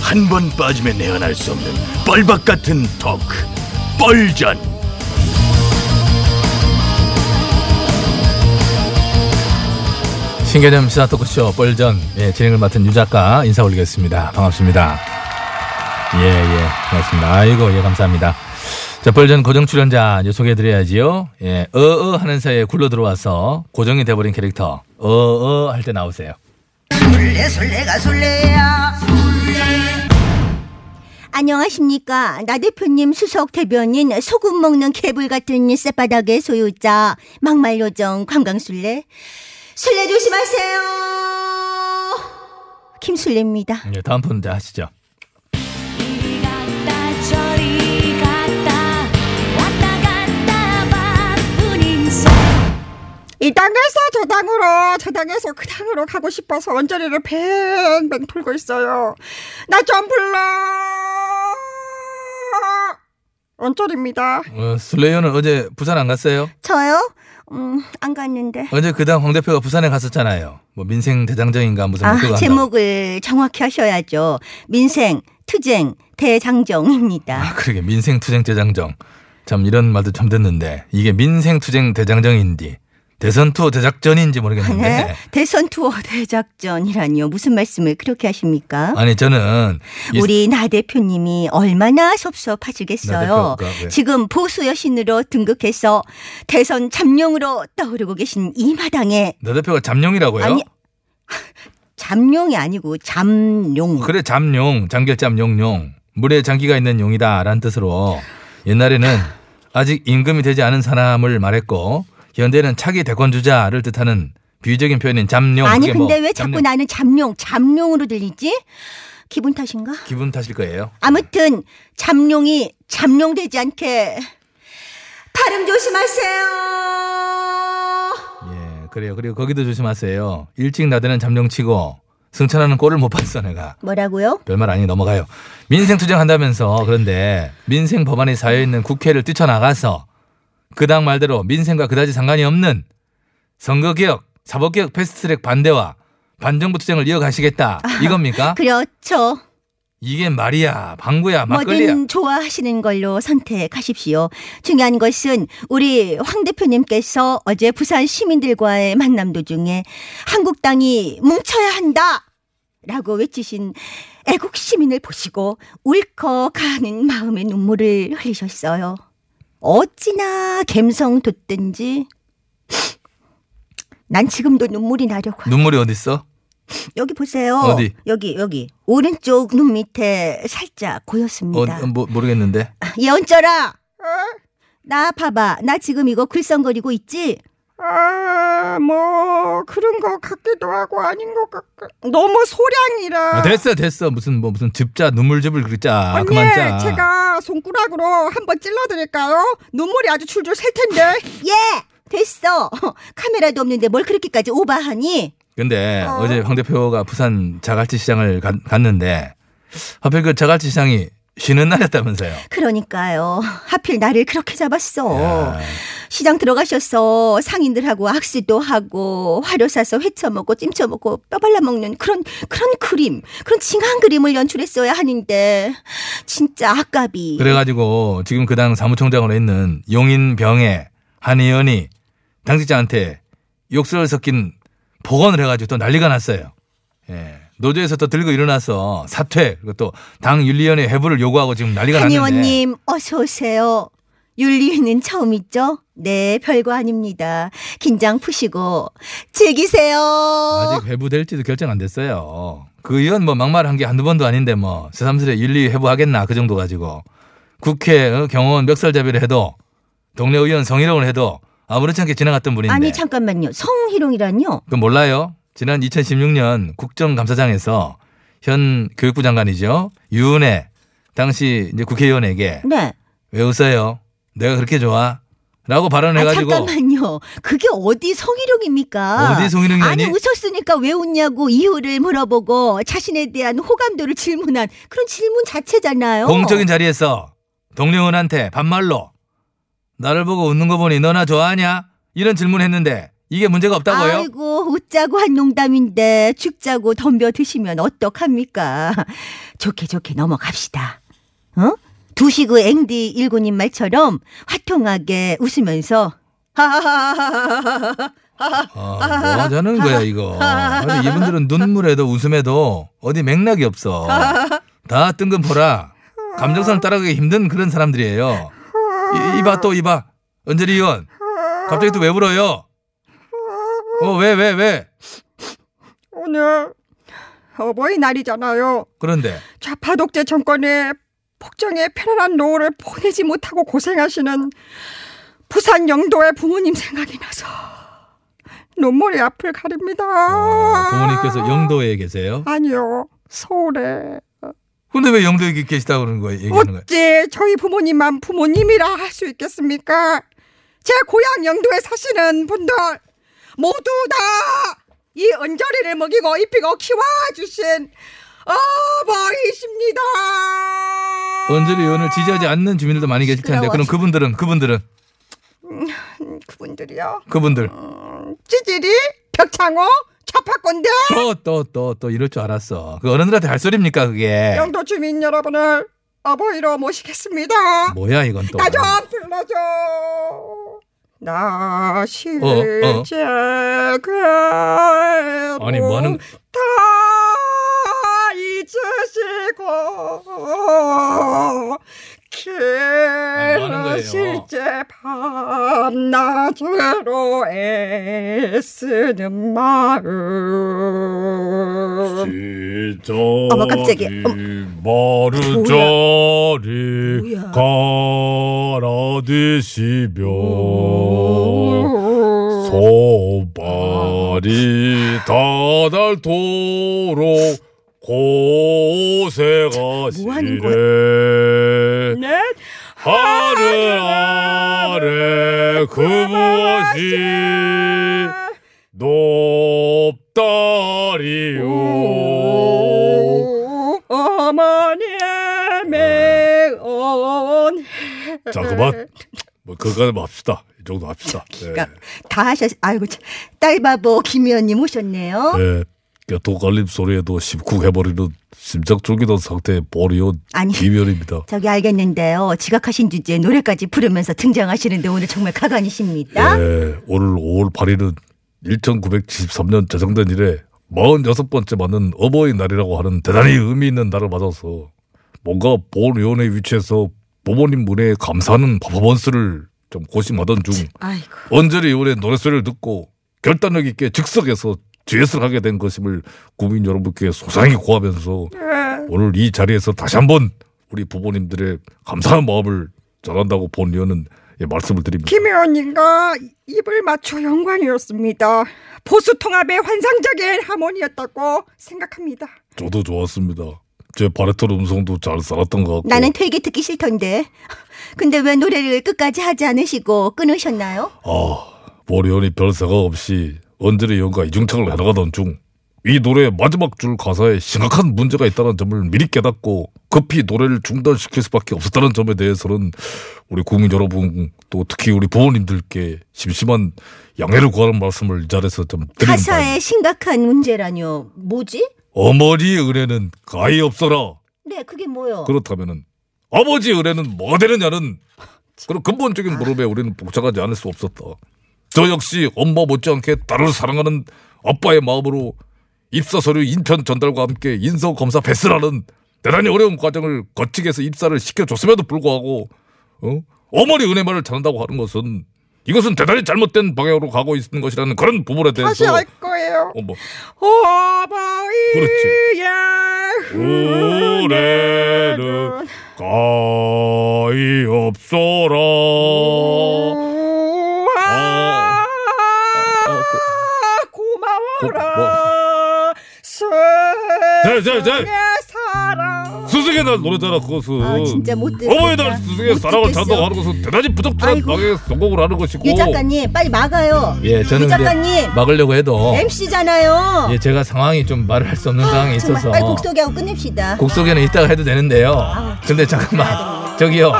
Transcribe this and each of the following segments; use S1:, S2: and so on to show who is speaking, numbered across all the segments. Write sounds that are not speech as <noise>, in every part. S1: 한 번 빠지면 헤어날 수 없는 뻘박 같은 토크 뻘전
S2: 신개념 시사 토크쇼 뻘전 예, 진행을 맡은 유 작가 인사 올리겠습니다. 반갑습니다. 예, 예, 반갑습니다. 아이고, 예, 감사합니다. 자, 뻘전 고정 출연자 이제 소개해드려야지요. 예, 어어 하는 사이에 굴러 들어와서 고정이 돼버린 캐릭터 어어 할 때 나오세요.
S3: 술래 술래가 술래야 안녕하십니까 나 대표님 수석 대변인 소금 먹는 개불 같은 쌔바닥의 소유자 막말 요정 관광술래 술래 조심하세요 김술래입니다
S2: 예, 다음 분 이제 하시죠.
S4: 이리 갔다 저리 갔다 왔다 갔다 바쁜 인생
S5: 이 땅에서 저 땅으로 저 땅에서 그 땅으로 가고 싶어서 언저리를 뱅뱅 돌고 있어요. 나 좀 불러. 언저리입니다.
S2: 어, 슬레이어는 어제 부산 안 갔어요?
S3: 저요? 음 안 갔는데
S2: 어제 그당 황 대표가 부산에 갔었잖아요. 뭐 민생 대장정인가 무슨 뭐 그거
S3: 아
S2: 한다고.
S3: 제목을 정확히 하셔야죠 민생 투쟁 대장정입니다
S2: 아, 그러게 민생투쟁 대장정 참 이런 말도 참 듣는데 이게 민생투쟁 대장정인지 대선투 대작전인지 모르겠는데
S3: 네 대선 투어 대작전이라니요 무슨 말씀을 그렇게 하십니까?
S2: 아니 저는 이-
S3: 우리 나 대표님이 얼마나 섭섭하시겠어요.
S2: 나 대표가 예. 왜?
S3: 지금 보수 여신으로 등극해서 대선 잠룡으로 떠오르고 계신 이 마당에
S2: 너 대표가 잠룡이라고요?
S3: 아니, 잠룡이 아니고 잠룡.
S2: 그래 잠룡 장결잠 용룡 물에 장기가 있는 용이다라는 뜻으로 옛날에는 아직 임금이 되지 않은 사람을 말했고 현대는 차기 대권 주자를 뜻하는 비유적인 표현인 잠룡
S3: 아니
S2: 그게 뭐
S3: 근데 왜 자꾸
S2: 잠룡
S3: 나는 잠룡, 잠룡으로 들리지? 기분 탓인가?
S2: 기분 탓일 거예요.
S3: 아무튼 잠룡이 잠룡되지 않게 발음 조심하세요.
S2: 예, 그래요. 그리고 거기도 조심하세요. 일찍 나대는 잠룡치고 승천하는 꼴을 못 봤어 내가.
S3: 뭐라고요?
S2: 별말 아니 넘어가요. 민생 투쟁한다면서 그런데 민생 법안이 쌓여 있는 국회를 뛰쳐나가서 그당 말대로 민생과 그다지 상관이 없는 선거 개혁, 사법 개혁 패스트트랙 반대와 반정부 투쟁을 이어가시겠다 이겁니까?
S3: 그렇죠.
S2: 이게 말이야, 방구야, 막걸리야.
S3: 뭐든 좋아하시는 걸로 선택하십시오. 중요한 것은 우리 황 대표님께서 어제 부산 시민들과의 만남 도중에 한국당이 뭉쳐야 한다! 라고 외치신 애국 시민을 보시고 울컥하는 마음의 눈물을 흘리셨어요. 어찌나 갬성 돋든지. 난 지금도 눈물이 나려고. 요
S2: 눈물이 어딨어?
S3: 여기 보세요.
S2: 어디?
S3: 여기, 여기. 오른쪽 눈 밑에 살짝
S2: 어,
S3: 고였습니다.
S2: 뭐, 모르겠는데.
S3: 예언절아. 나 봐봐. 나 지금 이거 글썽거리고 있지?
S5: 아, 뭐 그런 것 같기도 하고 아닌 것 같고 너무 소량이라.
S2: 아, 됐어, 됐어. 무슨 뭐 무슨 즙자 눈물즙을 그자
S5: 언니,
S2: 그만 짜.
S5: 제가 손가락으로 한번 찔러드릴까요? 눈물이 아주 줄줄 셀 텐데.
S3: 예. 됐어. <laughs> 카메라도 없는데 뭘 그렇게까지 오바하니?
S2: 근데
S5: 어.
S2: 어? 제황 대표가 부산 자갈치 시장을 가- 갔는데 하필 그 자갈치 시장이 쉬는 날이었다면서요.
S3: 어. 그러니까요. 하필 나를 그렇게 잡았어.
S2: 야,
S3: 시장 들어가셔서 상인들하고 악수도 하고 화려 사서 회쳐먹고 찜쳐먹고 뼈 발라먹는 그런 그런 그림, 그런 징한 그림을 연출했어야 하는데 진짜 아깝이.
S2: 그래가지고 지금 그 당 사무총장으로 있는 용인병에 한 의원이 당직자한테 욕설 섞인 복원을 해가지고 또 난리가 났어요. 예. 노조에서 또 들고 일어나서 사퇴 그리고 또 당 윤리위원회 해부를 요구하고 지금 난리가
S3: 한
S2: 났는데
S3: 의원님 어서 오세요. 윤리위는 처음 있죠? 네, 별거 아닙니다. 긴장 푸시고 즐기세요.
S2: 아직 회부될지도 결정 안 됐어요. 그 의원 뭐 막말한 게 한두 번도 아닌데 뭐 새삼스레 윤리 회부하겠나 그 정도 가지고 국회 어, 경호원 멱살잡이를 해도 동네 의원 성희롱을 해도 아무렇지 않게 지나갔던 분인데
S3: 아니 잠깐만요. 성희롱이란요?
S2: 그 몰라요? 지난 2016년 국정감사장에서 현 교육부 장관이죠 유은혜 당시 이제 국회의원에게
S3: 네.
S2: 왜 웃어요? 내가 그렇게 좋아? 라고
S3: 아,
S2: 발언해가지고
S3: 잠깐만요. 그게 어디 성희롱입니까?
S2: 어디 성희롱이
S3: 아니
S2: 아니?
S3: 웃었으니까 왜 웃냐고 이유를 물어보고 자신에 대한 호감도를 질문한 그런 질문 자체잖아요.
S2: 공적인 자리에서 동료 의원한테 반말로 나를 보고 웃는 거 보니 너나 좋아하냐? 이런 질문을 했는데 이게 문제가 없다고요?
S3: 아이고 웃자고 한 농담인데 죽자고 덤벼 드시면 어떡합니까? 좋게 좋게 넘어갑시다. 어? 두시그 앵디 일군님 말처럼 화통하게 웃으면서 하하하하하하
S2: 아, 뭐 하자는 거야 이거. 아니, 이분들은 눈물에도 웃음에도 어디 맥락이 없어. 다 뜬금 보라. 감정선을 따라가기 힘든 그런 사람들이에요. 이, 이봐 또 이봐. 은재리 의원. 갑자기 또 왜 울어요? 어, 왜, 왜, 왜?
S5: 오늘 어버이날이잖아요.
S2: 그런데.
S5: 좌파 독재 정권의 폭정에 편안한 노후를 보내지 못하고 고생하시는 부산 영도의 부모님 생각이 나서 눈물이 앞을 가립니다.
S2: 어, 부모님께서 영도에 계세요?
S5: 아니요 서울에
S2: 근데 왜 영도에 계시다고 그러는 거예요? 얘기하는 거예요?
S5: 어째 저희 부모님만 부모님이라 할 수 있겠습니까? 제 고향 영도에 사시는 분들 모두 다 이 은절이를 먹이고 입히고 키워주신 어버이십니다.
S2: 은재리 의원을 지지하지 않는 주민들도 많이 계실 텐데. 그럼 그분들은, 그분들은,
S5: 그분들이요. 음,
S2: 그분들.
S3: 어.
S5: 찌질이, 벽창호, 좌파권대
S2: 또, 또, 또, 또 이럴 줄 알았어. 그 어른들한테 할 소리입니까, 그게?
S5: 영도 주민 여러분을 어버이로 모시겠습니다.
S2: 뭐야, 이건 또.
S5: 나 좀 불러줘. 나
S2: 어.
S5: 실제 그 괴로
S2: 아니, 뭐 하는-
S5: 다 잊으시고
S2: 뭐 하는 거예요?
S5: 그 실제 밤낮으로 애쓰는 마음
S3: 어머, 깜짝이야. 어머.
S1: 마르자리 갈아드시며 소발이 다닳도록
S3: 뭐
S1: 고생하시래
S5: 네?
S1: 하늘 아래 그
S3: 아,
S1: 그것이 높다리요
S5: 어머니의 맹언
S1: 자 그만 뭐 그거는 뭐 합시다 이 정도 합시다 예.
S3: 그러니까 다 하셨. 아이고 참. 딸바보 김의원님 오셨네요.
S1: 예. 교통갈림 소리에도 심쿵해버리는 심장 쫄기던 상태의 보리온
S3: 아니.
S1: 김현입니다
S3: 저기 알겠는데요. 지각하신 주제에 노래까지 부르면서 등장하시는데 오늘 정말 가관이십니다.
S1: 예, 오늘 5월 8일은 1973년 제정된 이래 46번째 맞는 어버이날이라고 하는 대단히 의미 있는 날을 맞아서 뭔가 보훈위원회 위치에서 부모님 문에 감사하는 퍼포먼스를 좀 고심하던 중
S3: 아이고.
S1: 언저리 의원의 노래소리를 듣고 결단력 있게 즉석에서 GS를 하게 된 것임을 국민 여러분께 소상히 고하면서
S3: 예.
S1: 오늘 이 자리에서 다시 한번 우리 부모님들의 감사한 마음을 전한다고 본 의원은 예, 말씀을 드립니다.
S5: 김혜원님과 입을 맞춰 영광이었습니다. 보수 통합의 환상적인 하모니였다고 생각합니다.
S1: 저도 좋았습니다. 제 바레톤 음성도 잘 살았던 것 같고
S3: 나는 되게 듣기 싫던데. 근데 왜 노래를 끝까지 하지 않으시고 끊으셨나요?
S1: 아 보리온이 별 생각 없이 언제리 연가 이중창을 해나가던 중 이 노래의 마지막 줄 가사에 심각한 문제가 있다는 점을 미리 깨닫고 급히 노래를 중단시킬 수밖에 없었다는 점에 대해서는 우리 국민 여러분 또 특히 우리 부모님들께 심심한 양해를 구하는 말씀을 이 자리에서 좀 드립니다.
S3: 가사에 심각한 문제라뇨. 뭐지?
S1: 어머니 의뢰는 가히 없어라.
S3: 네, 그게 뭐요?
S1: 그렇다면은 아버지 의뢰는 뭐 되느냐는 그런 근본적인 물음에 우리는 복잡하지 않을 수 없었다. 저 역시 엄마 못지않게 딸을 사랑하는 아빠의 마음으로 입사 서류 인편 전달과 함께 인서 검사 패스라는 대단히 어려운 과정을 거치게 해서 입사를 시켜줬음에도 불구하고 어? 어머니 은혜만을 찾는다고 하는 것은 이것은 대단히 잘못된 방향으로 가고 있는 것이라는 그런 부분에
S5: 다시
S1: 대해서
S5: 할 거예요.
S1: 어머
S5: 어버이의
S1: 은혜는 가히 없어라.
S5: 우와 고마워라
S1: 네, 네,
S5: 세상의
S1: 네.
S5: 사랑
S1: 스승의 날 노래잖아 그것은.
S3: 아, 진짜 못 듣겠다.
S1: 뭐 어버이날 스승의
S3: 못
S1: 사랑을
S3: 듣겠어.
S1: 찬다고 하는 것은 대단히 부적절한
S3: 아이고.
S1: 방향의 성공을 하는 것이고.
S3: 유 작가님, 빨리 막아요.
S2: 예, 저는
S3: 유 작가님,
S2: 근데 막으려고 해도
S3: MC잖아요.
S2: 예, 제가 상황이 좀 말을 할 수 없는 상황에 있어서
S3: 아, 정말 빨리 곡 소개하고 끝냅시다.
S2: 곡 소개는 이따가
S3: 아,
S2: 해도 되는데요. 근데 잠깐만 저기요.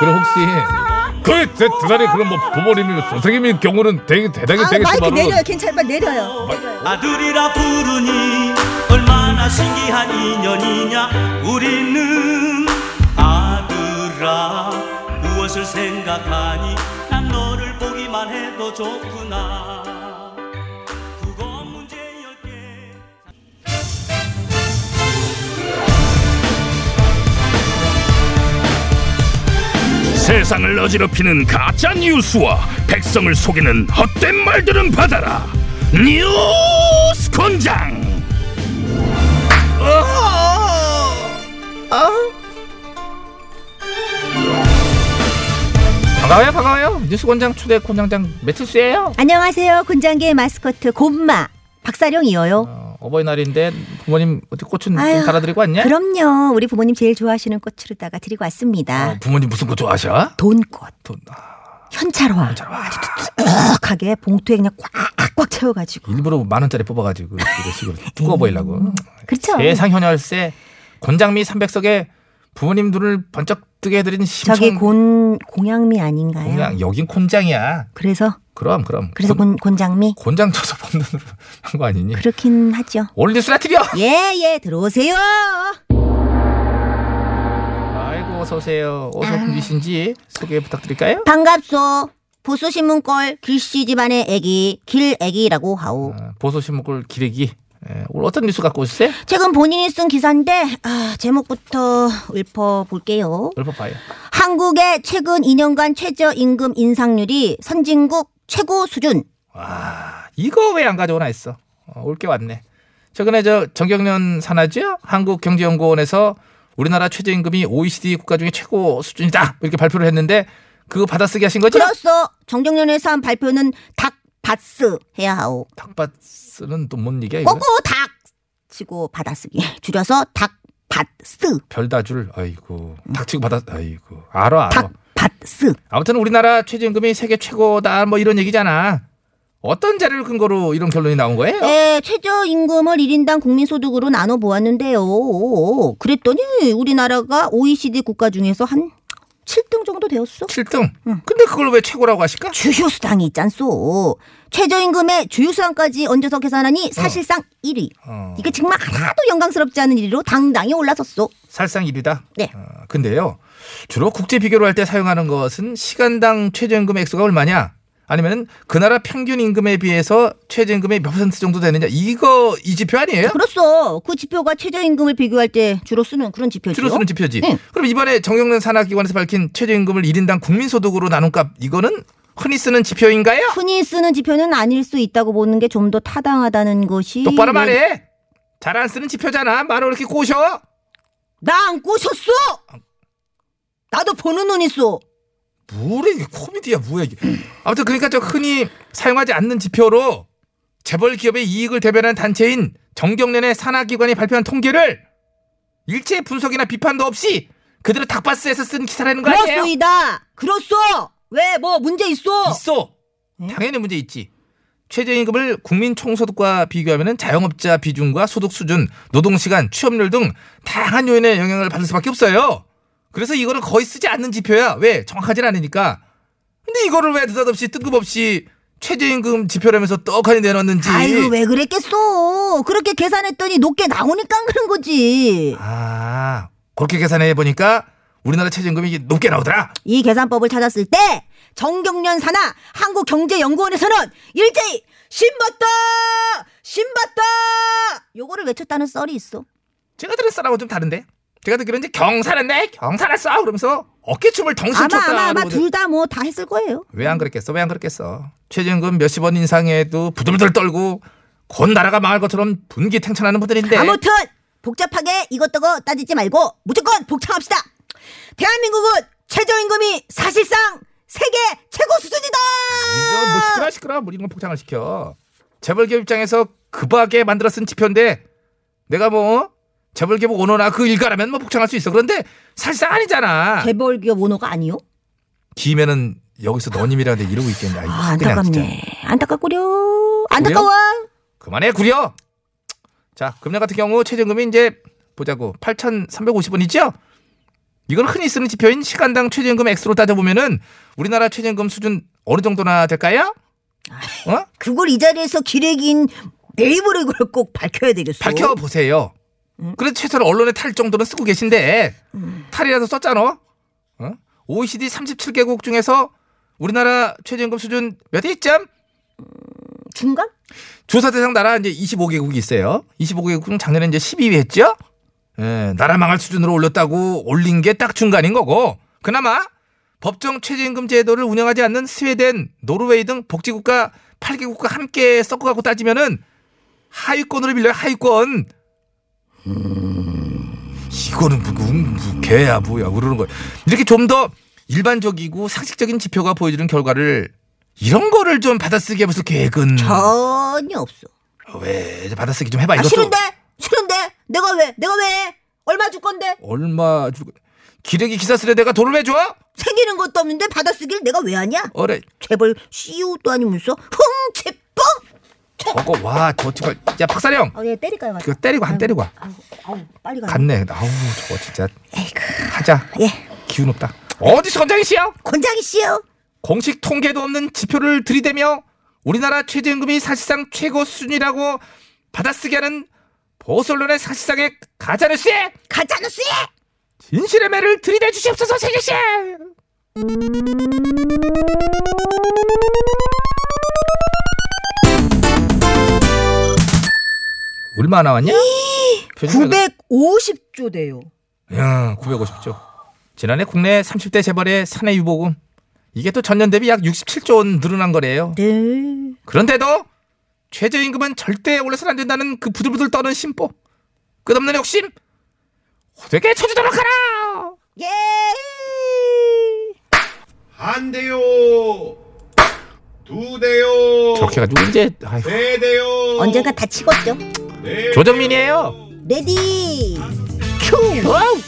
S2: 그럼 혹시
S1: 그 대- 대단히 그런 뭐 부모님이 선생님인 경우는 되게 대단히
S3: 아, 마이크 내려요.
S1: 되겠지만
S3: 괜찮아. 내려요.
S6: 아들이라 부르니 얼마나 신기한 인연이냐 우리는 아들아 무엇을 생각하니 난 너를 보기만 해도 좋구나 국어 문제 열개
S7: 세상을 어지럽히는 가짜 뉴스와 백성을 속이는 헛된 말들은 받아라 뉴스 권장
S2: 반가워요, 반가워요. 뉴스 권장 초대 권장장 매트스예요.
S3: 안녕하세요. 군장계 마스코트 곰마 박사령이에요.
S2: 어, 어버이날인데 부모님 어떻게 꽃은
S3: 아유,
S2: 좀 달아드리고 왔냐?
S3: 그럼요. 우리 부모님 제일 좋아하시는 꽃으로다가 드리고 왔습니다.
S2: 어, 부모님 무슨 꽃 좋아하셔?
S3: 돈꽃,
S2: 돈 아,
S3: 현찰화. 아주 뚝뚝하게 봉투에 그냥 꽉꽉 채워가지고.
S2: 일부러 만 원짜리 뽑아가지고 이런 식으로 두꺼워 보이려고.
S3: 그렇죠.
S2: 세상 현열세 권장미 300석에 부모님 눈을 번쩍 뜨게 해드린 심청
S3: 저기 곤 공양미 아닌가요?
S2: 공양 여긴 곤장이야.
S3: 그래서
S2: 그럼 그럼.
S3: 그래서
S2: 곤,
S3: 곤, 곤장미
S2: 곤장 쳐서 법문으로 한 <laughs> 거 아니니?
S3: 그렇긴 하죠.
S2: 오늘 뉴스나 틀려.
S3: 예예 들어오세요.
S2: 아이고 어서 오세요. 어서 분이신지 소개 부탁드릴까요?
S3: 반갑소. 보수신문골 길씨 집안의 애기 길애기라고 하오.
S2: 아, 보소신문골 기레기. 예, 오늘 어떤 뉴스 갖고 오셨어요?
S3: 최근 본인이 쓴 기사인데 아, 제목부터 읊어볼게요.
S2: 얼핏봐요.
S3: 한국의 최근 2년간 최저임금 인상률이 선진국 최고 수준.
S2: 아, 이거 왜 안 가져오나 했어. 올 게 왔네. 최근에 저 정경련 산하죠? 한국경제연구원에서 우리나라 최저임금이 OECD 국가 중에 최고 수준이다. 이렇게 발표를 했는데 그거 받아쓰기 하신 거죠?
S3: 그로써 정경련에서 한 발표는 닭 바스 해야 하오.
S2: 닭밭은 또 뭔 얘기야? 이거?
S3: 꼬꼬 닭 치고 받아쓰기 <laughs> 줄여서 닭 바스
S2: 별다줄. 아이고. 닭치고 받아. 아이고. 알아 알아.
S3: 닭 바스.
S2: 아무튼 우리나라 최저임금이 세계 최고다. 뭐 이런 얘기잖아. 어떤 자료를 근거로 이런 결론이 나온 거예요?
S3: 네, 최저임금을 1인당 국민소득으로 나눠 보았는데요. 그랬더니 우리나라가 OECD 국가 중에서 한 7등 정도 되었어.
S2: 7등. 근데 그걸 왜 최고라고 하실까?
S3: 주휴수당이 있잖소. 최저임금에 주휴수당까지 얹어서 계산하니 사실상 1위.
S2: 어.
S3: 이게 정말 하나도 영광스럽지 않은 일위로
S2: <laughs>
S3: 당당히 올라섰소.
S2: 살상 1위다.
S3: 네.
S2: 어, 근데요. 주로 국제 비교를 할 때 사용하는 것은 시간당 최저임금 액수가 얼마냐? 아니면 그 나라 평균 임금에 비해서 최저임금이 몇 퍼센트 정도 되느냐? 이거 이 지표 아니에요?
S3: 그렇소. 그 지표가 최저임금을 비교할 때 주로 쓰는 그런 지표죠.
S2: 주로 쓰는 지표지.
S3: 응.
S2: 그럼 이번에 정영래 산하기관에서 밝힌 최저임금을 1인당 국민소득으로 나눈 값 이거는 흔히 쓰는 지표인가요?
S3: 흔히 쓰는 지표는 아닐 수 있다고 보는 게 좀 더 타당하다는 것이
S2: 똑바로 말해. 잘 안 쓰는 지표잖아. 말을 왜 이렇게 꼬셔.
S3: 나 안 꼬셨소. 나도 보는 눈 있소.
S2: 뭐래 이게 코미디야 뭐야 이게 아무튼 그러니까 저 흔히 사용하지 않는 지표로 재벌 기업의 이익을 대변하는 단체인 정경련의 산하기관이 발표한 통계를 일체 분석이나 비판도 없이 그대로 닭바스에서 쓴 기사라는 거 아니에요?
S3: 그렇소이다. 그렇소. 왜 뭐 문제 있소?
S2: 있어 당연히 문제 있지 최저임금을 국민 총소득과 비교하면 자영업자 비중과 소득 수준, 노동시간, 취업률 등 다양한 요인의 영향을 받을 수밖에 없어요. 그래서 이거를 거의 쓰지 않는 지표야. 왜? 정확하진 않으니까. 근데 이거를 왜 느닷없이 뜬금없이 최저임금 지표라면서 떡하니 내놨는지.
S3: 아이고 왜 그랬겠소. 그렇게 계산했더니 높게 나오니까 그런 거지.
S2: 아, 그렇게 계산해 보니까 우리나라 최저임금이 이게 높게 나오더라.
S3: 이 계산법을 찾았을 때 정경련 산하 한국경제연구원에서는 일제히 신봤다 신봤다 요거를 외쳤다는 썰이 있어.
S2: 제가 들은 썰하고 좀 다른데. 제가 듣기로 이제 경사났네, 경사났어. 그러면서 어깨춤을 덩실
S3: 아마
S2: 쳤다.
S3: 아마 아마
S2: 그러거든.
S3: 둘 다 뭐 다 했을 거예요.
S2: 왜 안 그랬겠어? 왜 안 그랬겠어? 최저임금 몇십 원 인상해도 부들부들 떨고 곧 나라가 망할 것처럼 분기탱천하는 분들인데
S3: 아무튼 복잡하게 이것저것 따지지 말고 무조건 복창합시다. 대한민국은 최저임금이 사실상 세계 최고 수준이다.
S2: 이거 뭐 시끄러 시끄러 뭐 이런 거 폭탄을 시켜 재벌기업 입장에서 급하게 만들어 쓴 지표인데 내가 뭐 재벌기업 오너나 그 일가라면 뭐 폭탄할 수 있어 그런데 사실상 아니잖아
S3: 재벌기업 오너가 아니요?
S2: 기면은 여기서 너님이라는데 이러고 있겠냐 이거
S3: 아,
S2: 그냥 진짜.
S3: 안타깝네. 안타깝구려. 안타까워.
S2: 그만해 구려. 자 금년 같은 경우 최저임금이 이제 보자고 8,350원이죠. 이걸 흔히 쓰는 지표인 시간당 최저임금 X로 따져보면은 우리나라 최저임금 수준 어느 정도나 될까요? 어?
S3: 그걸 이 자리에서 기레긴 네이버로 이걸 꼭 밝혀야 되겠어.
S2: 밝혀보세요. 그래도 최소한 언론에 탈 정도는 쓰고 계신데 탈이라도 썼잖아. 어? OECD 37개국 중에서 우리나라 최저임금 수준 몇 위쯤?
S3: 중간?
S2: 음. 조사 대상 나라 이제 25개국이 있어요. 25개국 중 작년에 이제 12위 했죠? 예, 나라 망할 수준으로 올렸다고 올린 게 딱 중간인 거고. 그나마 법정 최저임금 제도를 운영하지 않는 스웨덴, 노르웨이 등 복지국가 8개국과 함께 섞어갖고 따지면은 하위권으로 밀려요, 하위권. 이거는 뭐, 뭐, 개야, 뭐야, 그러는 거야. 이렇게 좀 더 일반적이고 상식적인 지표가 보여주는 결과를 이런 거를 좀 받아쓰기 해보실 계획은.
S3: 전혀 없어.
S2: 왜 이제 받아쓰기 좀 해봐
S3: 아,
S2: 이것도
S3: 싫은데? 싫은데? 내가 왜? 내가 왜? 얼마 줄 건데?
S2: 얼마 주고 기레기 기사 쓰려 내가 돈을 왜 줘?
S3: 생기는 것도 없는데 받아쓰기를 내가 왜 하냐?
S2: 어래
S3: 재벌 CEO도 아니면서 흥채뽕!
S2: 저거 와저 정말 야 박사령
S3: 아, 얘 때릴까요? 맞아.
S2: 이거 때리고 안 때리고 와
S3: 아우, 아우, 빨리 가.
S2: 갔네 아우 저거 진짜
S3: 에이그.
S2: 하자
S3: 예.
S2: 기운 없다 어디서 건장이 씨야
S3: 권장이 씨요.
S2: 공식 통계도 없는 지표를 들이대며 우리나라 최저임금이 사실상 최고 수준이라고 받아쓰게 하는 보수 언론의 사실상의 가짜뉴스에
S3: 가짜뉴스!
S2: 진실의 매를 들이대 주시옵소서 세계 씨 얼마 나왔냐?
S3: 950조대요.
S2: 야, 950조. 지난해 국내 30대 재벌의 사내 유보금 이게 또 전년 대비 약 67조 원 늘어난 거래요.
S3: 네.
S2: 그런데도 최저임금은 절대 올려서는 안 된다는 그 부들부들 떠는 심보 끝없는 욕심 되게 쳐주도록 하라.
S3: 예.
S8: 한 대요 두 대요
S2: 저렇게 가지고 이제 아이고.
S8: 세 대요
S3: 언젠가 다 치겠죠.
S8: 네
S2: 조정민이에요.
S3: 레디. 큐.